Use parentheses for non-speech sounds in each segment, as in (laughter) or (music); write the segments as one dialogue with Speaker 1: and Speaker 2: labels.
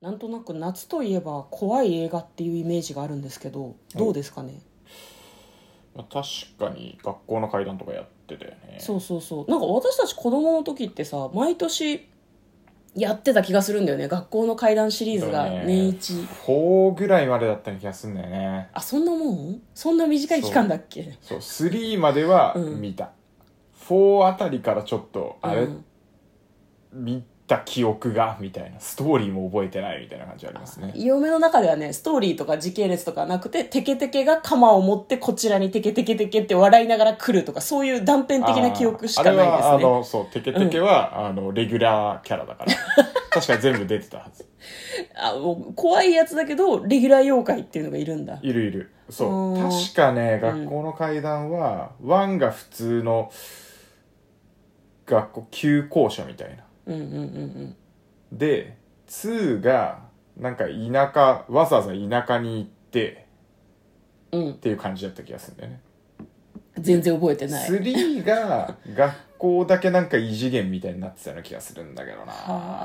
Speaker 1: なんとなく夏といえば怖い映画っていうイメージがあるんですけどどうですかね、
Speaker 2: まあ、確かに学校の階段とかやってたよね
Speaker 1: そうそうそうなんか私たち子供の時ってさ毎年やってた気がするんだよね学校の怪談シリーズが年一、
Speaker 2: 4ぐらいまでだったような気がするんだよね
Speaker 1: あそんなもんそんな短い期間だっけ
Speaker 2: そう3までは
Speaker 1: うん
Speaker 2: 見た、4あたりからちょっとあれ、
Speaker 1: うん
Speaker 2: 見た記憶がみたいなストーリーも覚えてないみたいな感じありますね
Speaker 1: 嫁の中ではねストーリーとか時系列とかなくてテケテケが鎌を持ってこちらにテケテケテケって笑いながら来るとかそういう断片的な記憶しかないです
Speaker 2: あーあれはあ
Speaker 1: ね
Speaker 2: のそうテケテケは、あのレギュラーキャラだ
Speaker 1: (laughs)
Speaker 2: から確かに全部出てたはず
Speaker 1: あもう怖いやつだけどレギュラー妖怪っていうのがいるんだ
Speaker 2: いるいるそう
Speaker 1: おー
Speaker 2: 確かね
Speaker 1: うん
Speaker 2: 学校の階段は、ワンが普通の学校休校舎みたいな
Speaker 1: うんうんうんうん
Speaker 2: で2がなんか田舎わざわざ田舎に行って
Speaker 1: うん
Speaker 2: っていう感じだった気がするんだよね
Speaker 1: 全然覚えてない
Speaker 2: 3が学校だけなんか異次元みたいになってたような気がするんだけど
Speaker 1: は
Speaker 2: な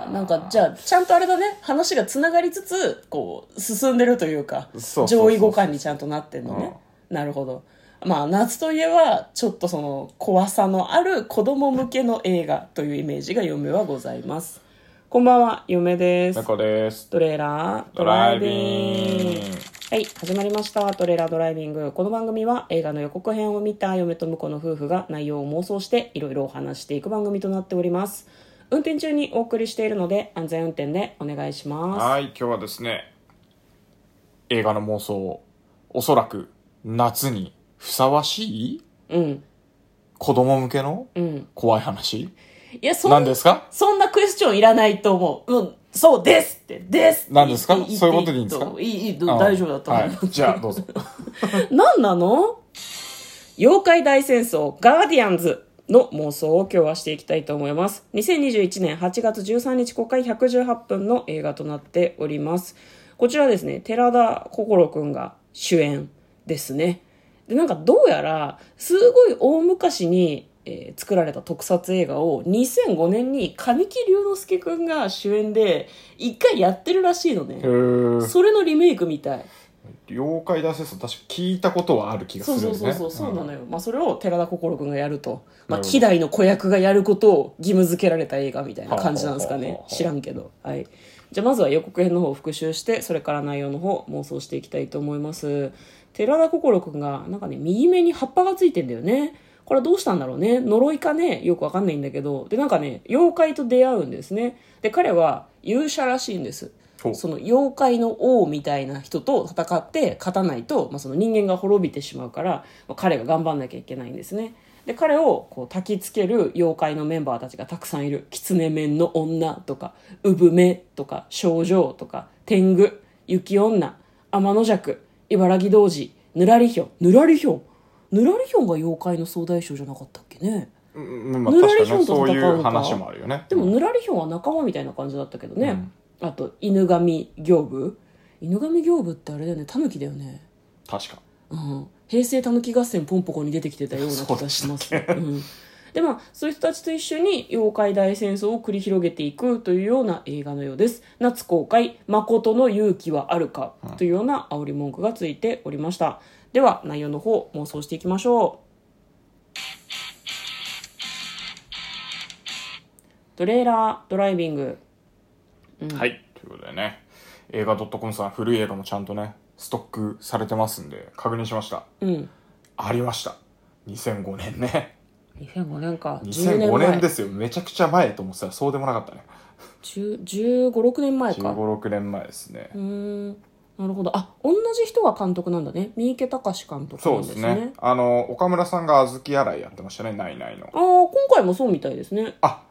Speaker 1: あなんかじゃあちゃんとあれだね話がつながりつつこう進んでるというか
Speaker 2: そうそうそうそう
Speaker 1: 上位互換にちゃんとなってんのね、なるほどまあ夏といえばちょっとその怖さのある子供向けの映画というイメージが嫁はございますこんばんは嫁です
Speaker 2: 中です
Speaker 1: トレーラード
Speaker 2: ドライビング
Speaker 1: はい、始まりました。トレーラードライビング。この番組は映画の予告編を見た嫁と婿の夫婦が内容を妄想していろいろお話していく番組となっております。運転中にお送りしているので安全運転でお願いします。
Speaker 2: はい今日はですね映画の妄想をおそらく夏にふさわしい
Speaker 1: うん、
Speaker 2: 子供向けの
Speaker 1: うん。
Speaker 2: 怖い話
Speaker 1: いや、そ
Speaker 2: なん
Speaker 1: ん
Speaker 2: ですか
Speaker 1: そんなクエスチョンいらないと思う。うん、そうですって、ですって
Speaker 2: 何ですか
Speaker 1: 言って
Speaker 2: そういうことでいいんですか
Speaker 1: と思いい、いい、
Speaker 2: あー
Speaker 1: 大丈夫だと思う。
Speaker 2: はい、じゃ
Speaker 1: (laughs)
Speaker 2: あどうぞ
Speaker 1: 何なの妖怪大戦争ガーディアンズの妄想を今日はしていきたいと思います。2021年8月13日公開118分の映画となっております。こちらですね、寺田心くんが主演ですね。で、なんかどうやら、すごい大昔に、えー作られた特撮映画を2005年に神木隆之介くんが主演で一回やってるらしいの
Speaker 2: へ
Speaker 1: ね。
Speaker 2: ー
Speaker 1: それのリメイクみたい。
Speaker 2: 妖怪大戦争確か聞いたことはある気がす
Speaker 1: そ
Speaker 2: る
Speaker 1: うんそう
Speaker 2: です
Speaker 1: そう
Speaker 2: ね
Speaker 1: そうそうなの
Speaker 2: よ
Speaker 1: よ、まあ、それを寺田心君がやると、まあ、
Speaker 2: なるほど
Speaker 1: 希代の子役がやることを義務付けられた映画みたいな感じなんですか
Speaker 2: はあは
Speaker 1: ね
Speaker 2: あはあ
Speaker 1: 知らんけどはいじゃあまずは予告編の方を復習してそれから内容の方を妄想していきたいと思います寺田心君がなんかね右目に葉っぱがついてんだよねこれはどうしたんだろうね呪いかねよくわかんないんだけどでなんかね妖怪と出会うんですねで彼は勇者らしいんです
Speaker 2: ほう
Speaker 1: その妖怪の王みたいな人と戦って勝たないと、まあ、その人間が滅びてしまうから、まあ彼が頑張んなきゃいけないんですね。で彼をこう焚きつける妖怪のメンバーたちがたくさんいる「狐面の女」とか「産め」とか「少女」とか「天狗」「雪女」「天の尺」「茨城童子」「ぬらりひょん」「ぬらりひょん」「ぬらりひょん」が妖怪の総大将じゃなかったっけね
Speaker 2: うんまあ、
Speaker 1: ぬらり
Speaker 2: 確
Speaker 1: ひ
Speaker 2: かにね
Speaker 1: ょんと
Speaker 2: そうい
Speaker 1: 戦うのか
Speaker 2: う話もあるよね
Speaker 1: でもぬらりひょんは仲間みたいな感じだったけどね、
Speaker 2: うん
Speaker 1: あと犬神行部犬神行部ってあれだよねタヌキだよね
Speaker 2: 確か
Speaker 1: うん、平成たぬき合戦ポンポコに出てきてたような気がします、うん、でまあそういう人たちと一緒に妖怪大戦争を繰り広げていくというような映画のようです夏公開「誠の勇気はあるか」というような煽り文句がついておりましたでは内容の方妄想していきましょうトレーラードライビング
Speaker 2: はいということでね映画 .com さん古い映画もちゃんとねストックされてますんで確認しました
Speaker 1: うん
Speaker 2: ありました2005年ね
Speaker 1: 2005年か10年
Speaker 2: 2005
Speaker 1: 前
Speaker 2: 年ですよめちゃくちゃ前と思ってたらそうでもなかったね
Speaker 1: 10 15、6年前
Speaker 2: 1
Speaker 1: か
Speaker 2: 5 6年前ですね
Speaker 1: うーんなるほどあ同じ人が監督なんだね三池隆監督
Speaker 2: そ
Speaker 1: な
Speaker 2: うんで
Speaker 1: ですす
Speaker 2: ね
Speaker 1: ね
Speaker 2: あの岡村さんが小豆洗いやってましたねないないの
Speaker 1: ああ今回もそうみたいですね
Speaker 2: あ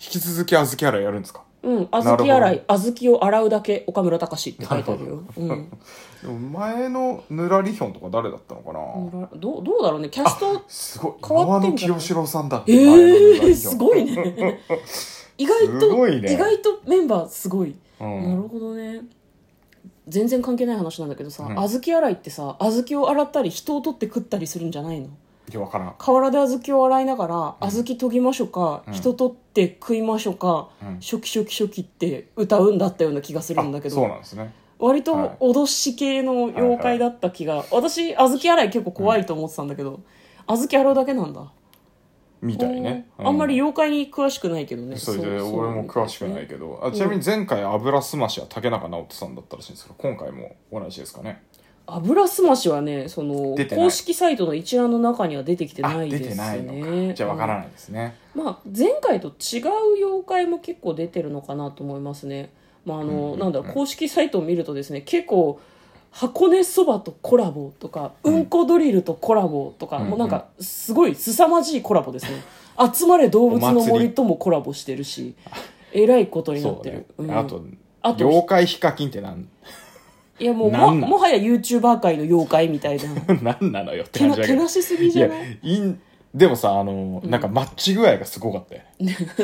Speaker 2: 引き続き小豆洗いやるんですか
Speaker 1: うん
Speaker 2: るほ
Speaker 1: 小
Speaker 2: ど
Speaker 1: 豆洗い小豆を洗うだけ岡村隆史って書いてあるようん
Speaker 2: でも前のぬらりひょんとか誰だったのかな、
Speaker 1: どうどうだろうねキャスト
Speaker 2: すごい
Speaker 1: 変わ
Speaker 2: 川
Speaker 1: って
Speaker 2: 野
Speaker 1: んじゃない
Speaker 2: 清志郎さんだ
Speaker 1: え
Speaker 2: 前のぬら
Speaker 1: え
Speaker 2: り
Speaker 1: ー、
Speaker 2: ひょん
Speaker 1: すごい
Speaker 2: (laughs)
Speaker 1: ね意外
Speaker 2: す
Speaker 1: と、
Speaker 2: ごいね
Speaker 1: 意外とメンバーすごい、
Speaker 2: うん
Speaker 1: なるほどね全然関係ない話なんだけどさ、
Speaker 2: うん
Speaker 1: 小豆洗いってさ小豆を洗ったり人を取って食ったりするんじゃないの
Speaker 2: いや、わからん。
Speaker 1: 河原で小豆を洗いながら「小豆研ぎましょうか、
Speaker 2: うん
Speaker 1: 人取って食いましょうか、
Speaker 2: うん
Speaker 1: ショキショキショキ」って歌うんだったような気がするんだけ
Speaker 2: あそう
Speaker 1: ど
Speaker 2: なんですね。
Speaker 1: 割と
Speaker 2: はい
Speaker 1: 脅し系の妖怪だった気が、私小豆洗い結構怖いと思ってたんだけど、小豆洗うだけなんだ
Speaker 2: みたいね。
Speaker 1: あーあんまり
Speaker 2: よ
Speaker 1: 妖怪に詳しくないけどね
Speaker 2: それで、俺も詳しくない
Speaker 1: ど
Speaker 2: けど。あちなみに前回、油すましは竹中直人さんだったらしいんですけど、今回も同じですかね。
Speaker 1: 油すましはねその
Speaker 2: 出てない
Speaker 1: 公式サイトの一覧の中には出てきて
Speaker 2: あ、
Speaker 1: ないで
Speaker 2: 出
Speaker 1: すね
Speaker 2: てないのか。じゃあわからないですね。
Speaker 1: まあ、前回と違う妖怪も結構出てるのかなと思いますね。まああの
Speaker 2: うんうんうん
Speaker 1: なんだろう公式サイトを見るとですね結構箱根そばとコラボとか、うん、こドリルとコラボとか、
Speaker 2: うんうん
Speaker 1: もうなんかすごい凄まじいコラボですね「集まれ動物の
Speaker 2: お祭り
Speaker 1: 森」ともコラボしてるしえらいことになっ
Speaker 2: そう
Speaker 1: てる
Speaker 2: ね、。
Speaker 1: うん
Speaker 2: あと、
Speaker 1: あと
Speaker 2: 妖怪ヒカキンってなん、 (laughs)
Speaker 1: いやもう
Speaker 2: な
Speaker 1: も
Speaker 2: んなん
Speaker 1: もはや YouTuber 界の妖怪みた
Speaker 2: (laughs)
Speaker 1: いな
Speaker 2: なんなのよっ
Speaker 1: け
Speaker 2: て感
Speaker 1: な
Speaker 2: じだ
Speaker 1: け
Speaker 2: けど
Speaker 1: な。しすぎ
Speaker 2: い
Speaker 1: じゃ
Speaker 2: や
Speaker 1: ない、
Speaker 2: いん、でもさ、あの、なんかマッチ具合がすごかったよね。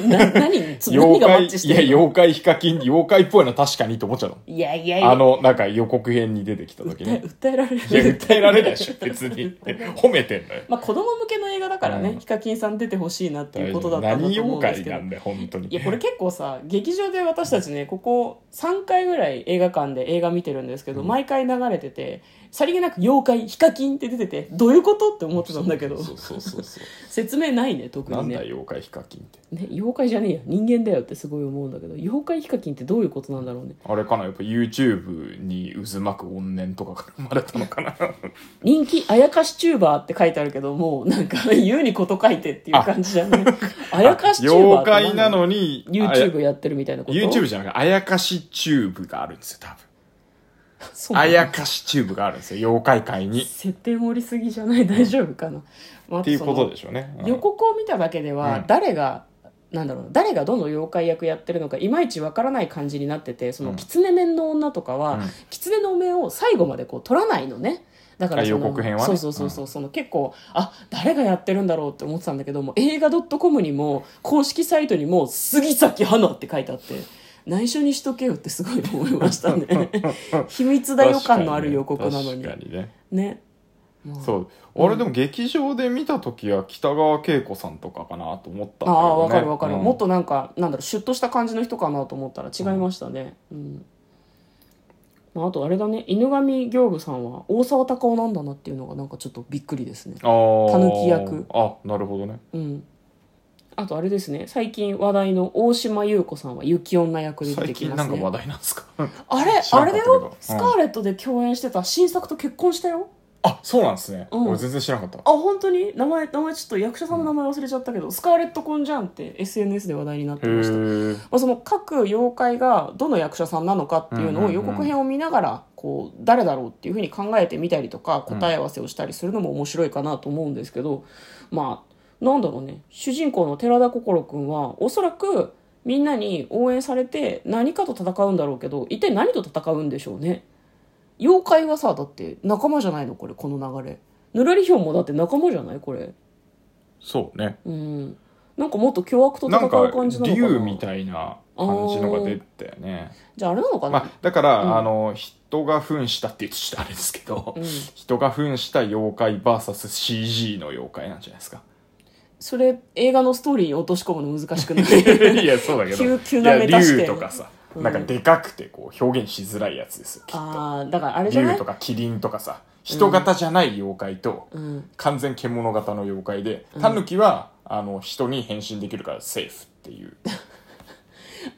Speaker 1: な何つ何
Speaker 2: 妖
Speaker 1: がマッ
Speaker 2: 怪、
Speaker 1: チし
Speaker 2: い
Speaker 1: て
Speaker 2: や、
Speaker 1: るの
Speaker 2: 妖怪ヒカキン、妖怪っぽいの確かにと思っちゃうの。
Speaker 1: いやいやいや
Speaker 2: あの、なんか予告編に出てきた時ね。
Speaker 1: (laughs) 訴えられる
Speaker 2: いや、訴えられないでしょ、別に。褒めてんのよ。
Speaker 1: (laughs) まあ、子供向けの映画だからね、
Speaker 2: うん
Speaker 1: ヒカキンさん出てほしいなっていうことだったんだ
Speaker 2: 何
Speaker 1: と思うんです
Speaker 2: 妖怪
Speaker 1: け
Speaker 2: な
Speaker 1: ど
Speaker 2: んだよ、本当に。
Speaker 1: いやこれ結構さ劇場で私たちねここ3回ぐらい映画館で映画見てるんですけど、毎回流れててさりげなく「妖怪ヒカキン」って出ててどういうことって思ってたんだけど
Speaker 2: そうそうそうそう。
Speaker 1: 説明ないね特
Speaker 2: なん
Speaker 1: に
Speaker 2: だ
Speaker 1: ね
Speaker 2: 妖怪ヒカキンって。
Speaker 1: ね妖怪じゃねえや人間だよってすごい思うんだけど妖怪ヒカキンってどういうことなんだろうね
Speaker 2: あれかなやっぱ YouTube に渦巻く怨念とかから生まれたのかな
Speaker 1: 人気あやかしチューバーって書いてあるけどもうなんか (laughs) 言うにこと書いてっていう感じじゃない
Speaker 2: (laughs)
Speaker 1: あやかしチューバー
Speaker 2: 妖
Speaker 1: って何
Speaker 2: 怪なのに、あや
Speaker 1: YouTube やってるみたいなこと
Speaker 2: YouTube じゃなくて、あやかしチューブがあるんですよ、多分。
Speaker 1: そうな
Speaker 2: あ
Speaker 1: の
Speaker 2: やかしチューブがあるんですよ、妖怪界に。
Speaker 1: 設定盛りすぎじゃない大丈夫かな、まあ、
Speaker 2: っていうことで
Speaker 1: し
Speaker 2: しょうね。うん
Speaker 1: 予告を見ただけでは、
Speaker 2: うん
Speaker 1: 誰がなんだろう誰がどの妖怪役やってるのかいまいちわからない感じになっててその、
Speaker 2: うん
Speaker 1: 狐面の女とかは、
Speaker 2: うん
Speaker 1: 狐の面を最後までこう取らないのねだから
Speaker 2: あ
Speaker 1: その
Speaker 2: 予告編はね
Speaker 1: そうそうそうそう、その結構あ誰がやってるんだろうって思ってたんだけども映画 .com にも公式サイトにも「杉咲花」って書いてあって内緒にしとけよってすごい思いました
Speaker 2: (laughs)
Speaker 1: ね秘密だ予感のある予告なのに
Speaker 2: 確かにね。
Speaker 1: ねもう
Speaker 2: そう。俺でも劇場で見た時は北川景子さんとかかなと思ったんだけどね。
Speaker 1: ああわかるわかる、
Speaker 2: うん
Speaker 1: もっとなんかなんだろうシュッとした感じの人かなと思ったら違いましたねうん、まあ、あとあれだね犬神行部さんは大沢たかおなんだなっていうのがなんかちょっとびっくりですね
Speaker 2: あー
Speaker 1: 狸役
Speaker 2: あ、なるほどね。
Speaker 1: うんあとあれですね最近話題の大島優子さんは雪女役で出て
Speaker 2: 最
Speaker 1: き
Speaker 2: 近
Speaker 1: ま
Speaker 2: な
Speaker 1: す
Speaker 2: んか
Speaker 1: ね
Speaker 2: 話題なんですか
Speaker 1: あれ
Speaker 2: 知ら
Speaker 1: あ
Speaker 2: な
Speaker 1: れ
Speaker 2: か
Speaker 1: だ
Speaker 2: ったけど
Speaker 1: よスカーレットで共演してた新作と結婚したよ、
Speaker 2: あ、そうなんですね。
Speaker 1: うん
Speaker 2: 俺全然知らなかった。
Speaker 1: あ本当に名前名前ちょっと役者さんの名前忘れちゃったけど、スカーレット・コンジャンって SNS で話題になって
Speaker 2: へ
Speaker 1: ました
Speaker 2: ー
Speaker 1: まあ、その各妖怪がどの役者さんなのかっていうの
Speaker 2: うん
Speaker 1: を
Speaker 2: うんうん
Speaker 1: 予告編を見ながらこう誰だろうっていうふうに考えてみたりとか答え合わせをしたりするのも面白いかなと思うんですけど、まあなんだろうね主人公の寺田心君はおそらくみんなに応援されて何かと戦うんだろうけど一体何と戦うんでしょうね妖怪はさだって仲間じゃないのこれこの流れぬらりひょんもだって仲間じゃないこれ
Speaker 2: そうね。
Speaker 1: うんなんかもっと凶悪と戦
Speaker 2: なん
Speaker 1: う
Speaker 2: か
Speaker 1: 感じなのかな
Speaker 2: 竜みたいな感じのが出てたよね。
Speaker 1: じゃああれなのかな、
Speaker 2: まあ、だから、
Speaker 1: うん
Speaker 2: あの、人が扮したって言うとちょっとあれですけど、
Speaker 1: うん
Speaker 2: 人が扮した妖怪 VSCG の妖怪なんじゃないですか。
Speaker 1: それ映画のストーリーに落とし込むの難しくない
Speaker 2: (laughs) (laughs) いや、そうだけど。
Speaker 1: 急急
Speaker 2: い
Speaker 1: な
Speaker 2: や、
Speaker 1: 目指して
Speaker 2: 竜とかさ、
Speaker 1: うん
Speaker 2: なんかでかくてこう表現しづらいやつですよ、きっ
Speaker 1: (laughs)
Speaker 2: と。
Speaker 1: ああだからあれじゃな
Speaker 2: 竜
Speaker 1: い
Speaker 2: とかキリンとかさ、人型じゃない妖怪と、
Speaker 1: うん
Speaker 2: 完全獣型の妖怪で、タヌキは、あの、人に変身できるからセーフっていう。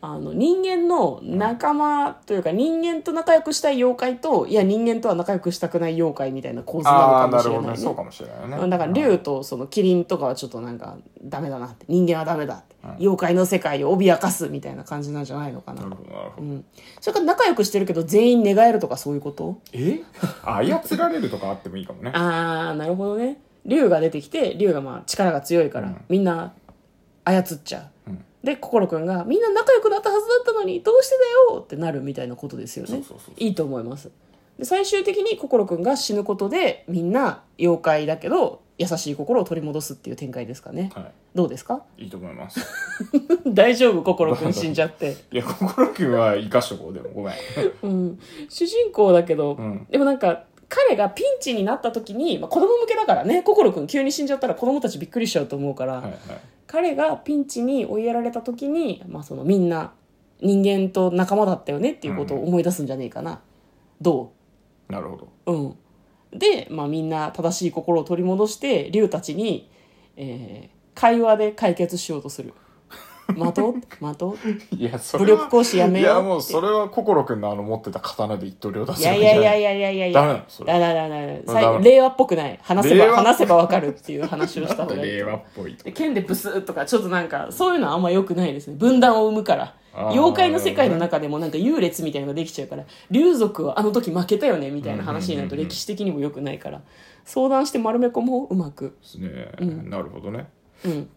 Speaker 1: あの人間の仲間というか人間と仲良くしたい妖怪といや人間とは仲良くしたくない妖怪みたいな構図なの
Speaker 2: ああ
Speaker 1: かも
Speaker 2: ー、な
Speaker 1: し
Speaker 2: る
Speaker 1: れ
Speaker 2: ほど
Speaker 1: ない
Speaker 2: ね。
Speaker 1: ね
Speaker 2: そうかもしれない
Speaker 1: うんだ
Speaker 2: ね。
Speaker 1: から竜とそのキリンとかはちょっとなんかダメだなって人間はダメだって、妖怪の世界を脅かすみたいな感じなんじゃないのかな、
Speaker 2: なるほど、なるほど。
Speaker 1: それから仲良くしてるけど全員寝返るとかそういうこと
Speaker 2: え操られるとかあってもいいかもね。
Speaker 1: ああなるほどね竜が出てきて竜がまあ力が強いから、みんな操っちゃう、
Speaker 2: うん
Speaker 1: で心くんが「みんな仲良くなったはずだったのにどうしてだよ!」ってなるみたいなことですよね
Speaker 2: そうそうそう
Speaker 1: いいと思いますで最終的に心くんが死ぬことでみんな妖怪だけど優しい心を取り戻すっていう展開ですかね
Speaker 2: は
Speaker 1: どうですか (laughs)
Speaker 2: い。いいと思います。
Speaker 1: 大丈夫心くん死んじゃって、
Speaker 2: いや、心君は生かしとこう、でも、ごめん。 (laughs)
Speaker 1: うん、主人公だけど、
Speaker 2: うん
Speaker 1: でもなんか彼がピンチになった時に、まあ、子供向けだからね心くん急に死んじゃったら子供たちびっくりしちゃうと思うから、
Speaker 2: はいはい
Speaker 1: 彼がピンチに追いやられた時に、まあ、そのみんな人間と仲間だったよねっていうことを思い出すんじゃねえかな、ど
Speaker 2: なるほど
Speaker 1: ううんで、まあ、みんな正しい心を取り戻して竜たちに、えー会話で解決しようとす
Speaker 2: (laughs)
Speaker 1: る待とう待とう
Speaker 2: いやそ
Speaker 1: 武
Speaker 2: れは
Speaker 1: 力行使やめよう
Speaker 2: いやもうそれは心くんのあの持ってた刀で一刀両断
Speaker 1: い
Speaker 2: する
Speaker 1: や
Speaker 2: ん
Speaker 1: い
Speaker 2: じゃ
Speaker 1: や
Speaker 2: ない
Speaker 1: やいやいやいやいや
Speaker 2: ダメなのそれ
Speaker 1: だだだだだ
Speaker 2: ダメ
Speaker 1: 令和っぽくない話せ
Speaker 2: 令
Speaker 1: ば
Speaker 2: 和
Speaker 1: 話せばわかるっていう話をした方がいい
Speaker 2: 令和っぽいと
Speaker 1: で剣でブスッとかちょっとなんかそういうのはあんま良くないですね分断を生むから
Speaker 2: あー
Speaker 1: 妖怪の世界の中でもなんか優劣みたいなのができちゃうから竜族はあの時負けたよねみたいな話になると
Speaker 2: うんうんうんうん
Speaker 1: 歴史的にも良くないから相談して丸め込もううまく
Speaker 2: ですね、
Speaker 1: ん
Speaker 2: なるほどね
Speaker 1: うん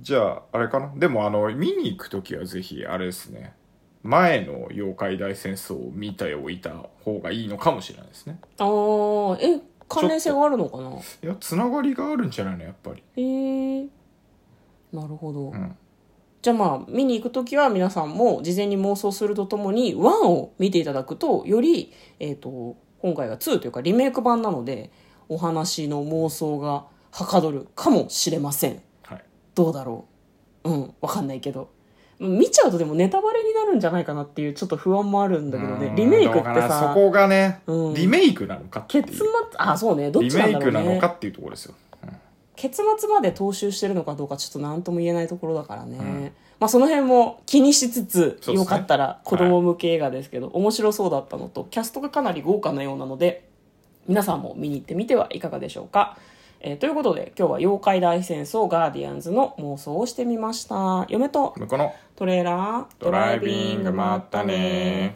Speaker 2: じゃああれかなでもあの見に行く時はぜひあれですね前の妖怪大戦争を見ておいた方がいいのかもしれないですね
Speaker 1: ああえ関連性があるのかない
Speaker 2: やつながりがあるんじゃないのやっぱり
Speaker 1: へえなるほど、
Speaker 2: うん
Speaker 1: じゃあまあ見に行く時は皆さんも事前に妄想するとともに1を見ていただくとより、えー、と今回は2というかリメイク版なのでお話の妄想がはかどるかもしれません
Speaker 2: はい
Speaker 1: どうだろううんわかんないけど見ちゃうとでもネタバレになるんじゃないかなっていうちょっと不安もあるんだけど
Speaker 2: う
Speaker 1: ね
Speaker 2: ん
Speaker 1: リメイクって
Speaker 2: どうかなそ
Speaker 1: さ
Speaker 2: こがね、
Speaker 1: うん
Speaker 2: リメイクなのかっていう
Speaker 1: 結末あそうねどっ
Speaker 2: リ
Speaker 1: ちなん
Speaker 2: メイ
Speaker 1: だろ
Speaker 2: ク
Speaker 1: う
Speaker 2: なの
Speaker 1: ね
Speaker 2: かっていうところですよ、
Speaker 1: 結末まで踏襲してるのかどうかちょっと何とも言えないところだからね、まあ、その辺も気にしつつ、
Speaker 2: そうですね
Speaker 1: よかったら子供向け映画ですけど、面白そうだったのとキャストがかなり豪華なようなので皆さんも見に行ってみてはいかがでしょうか、えーということで今日は「妖怪大戦争ガーディアンズ」の妄想をしてみました嫁と
Speaker 2: 向こうの
Speaker 1: トレーラード
Speaker 2: ドライビングまったね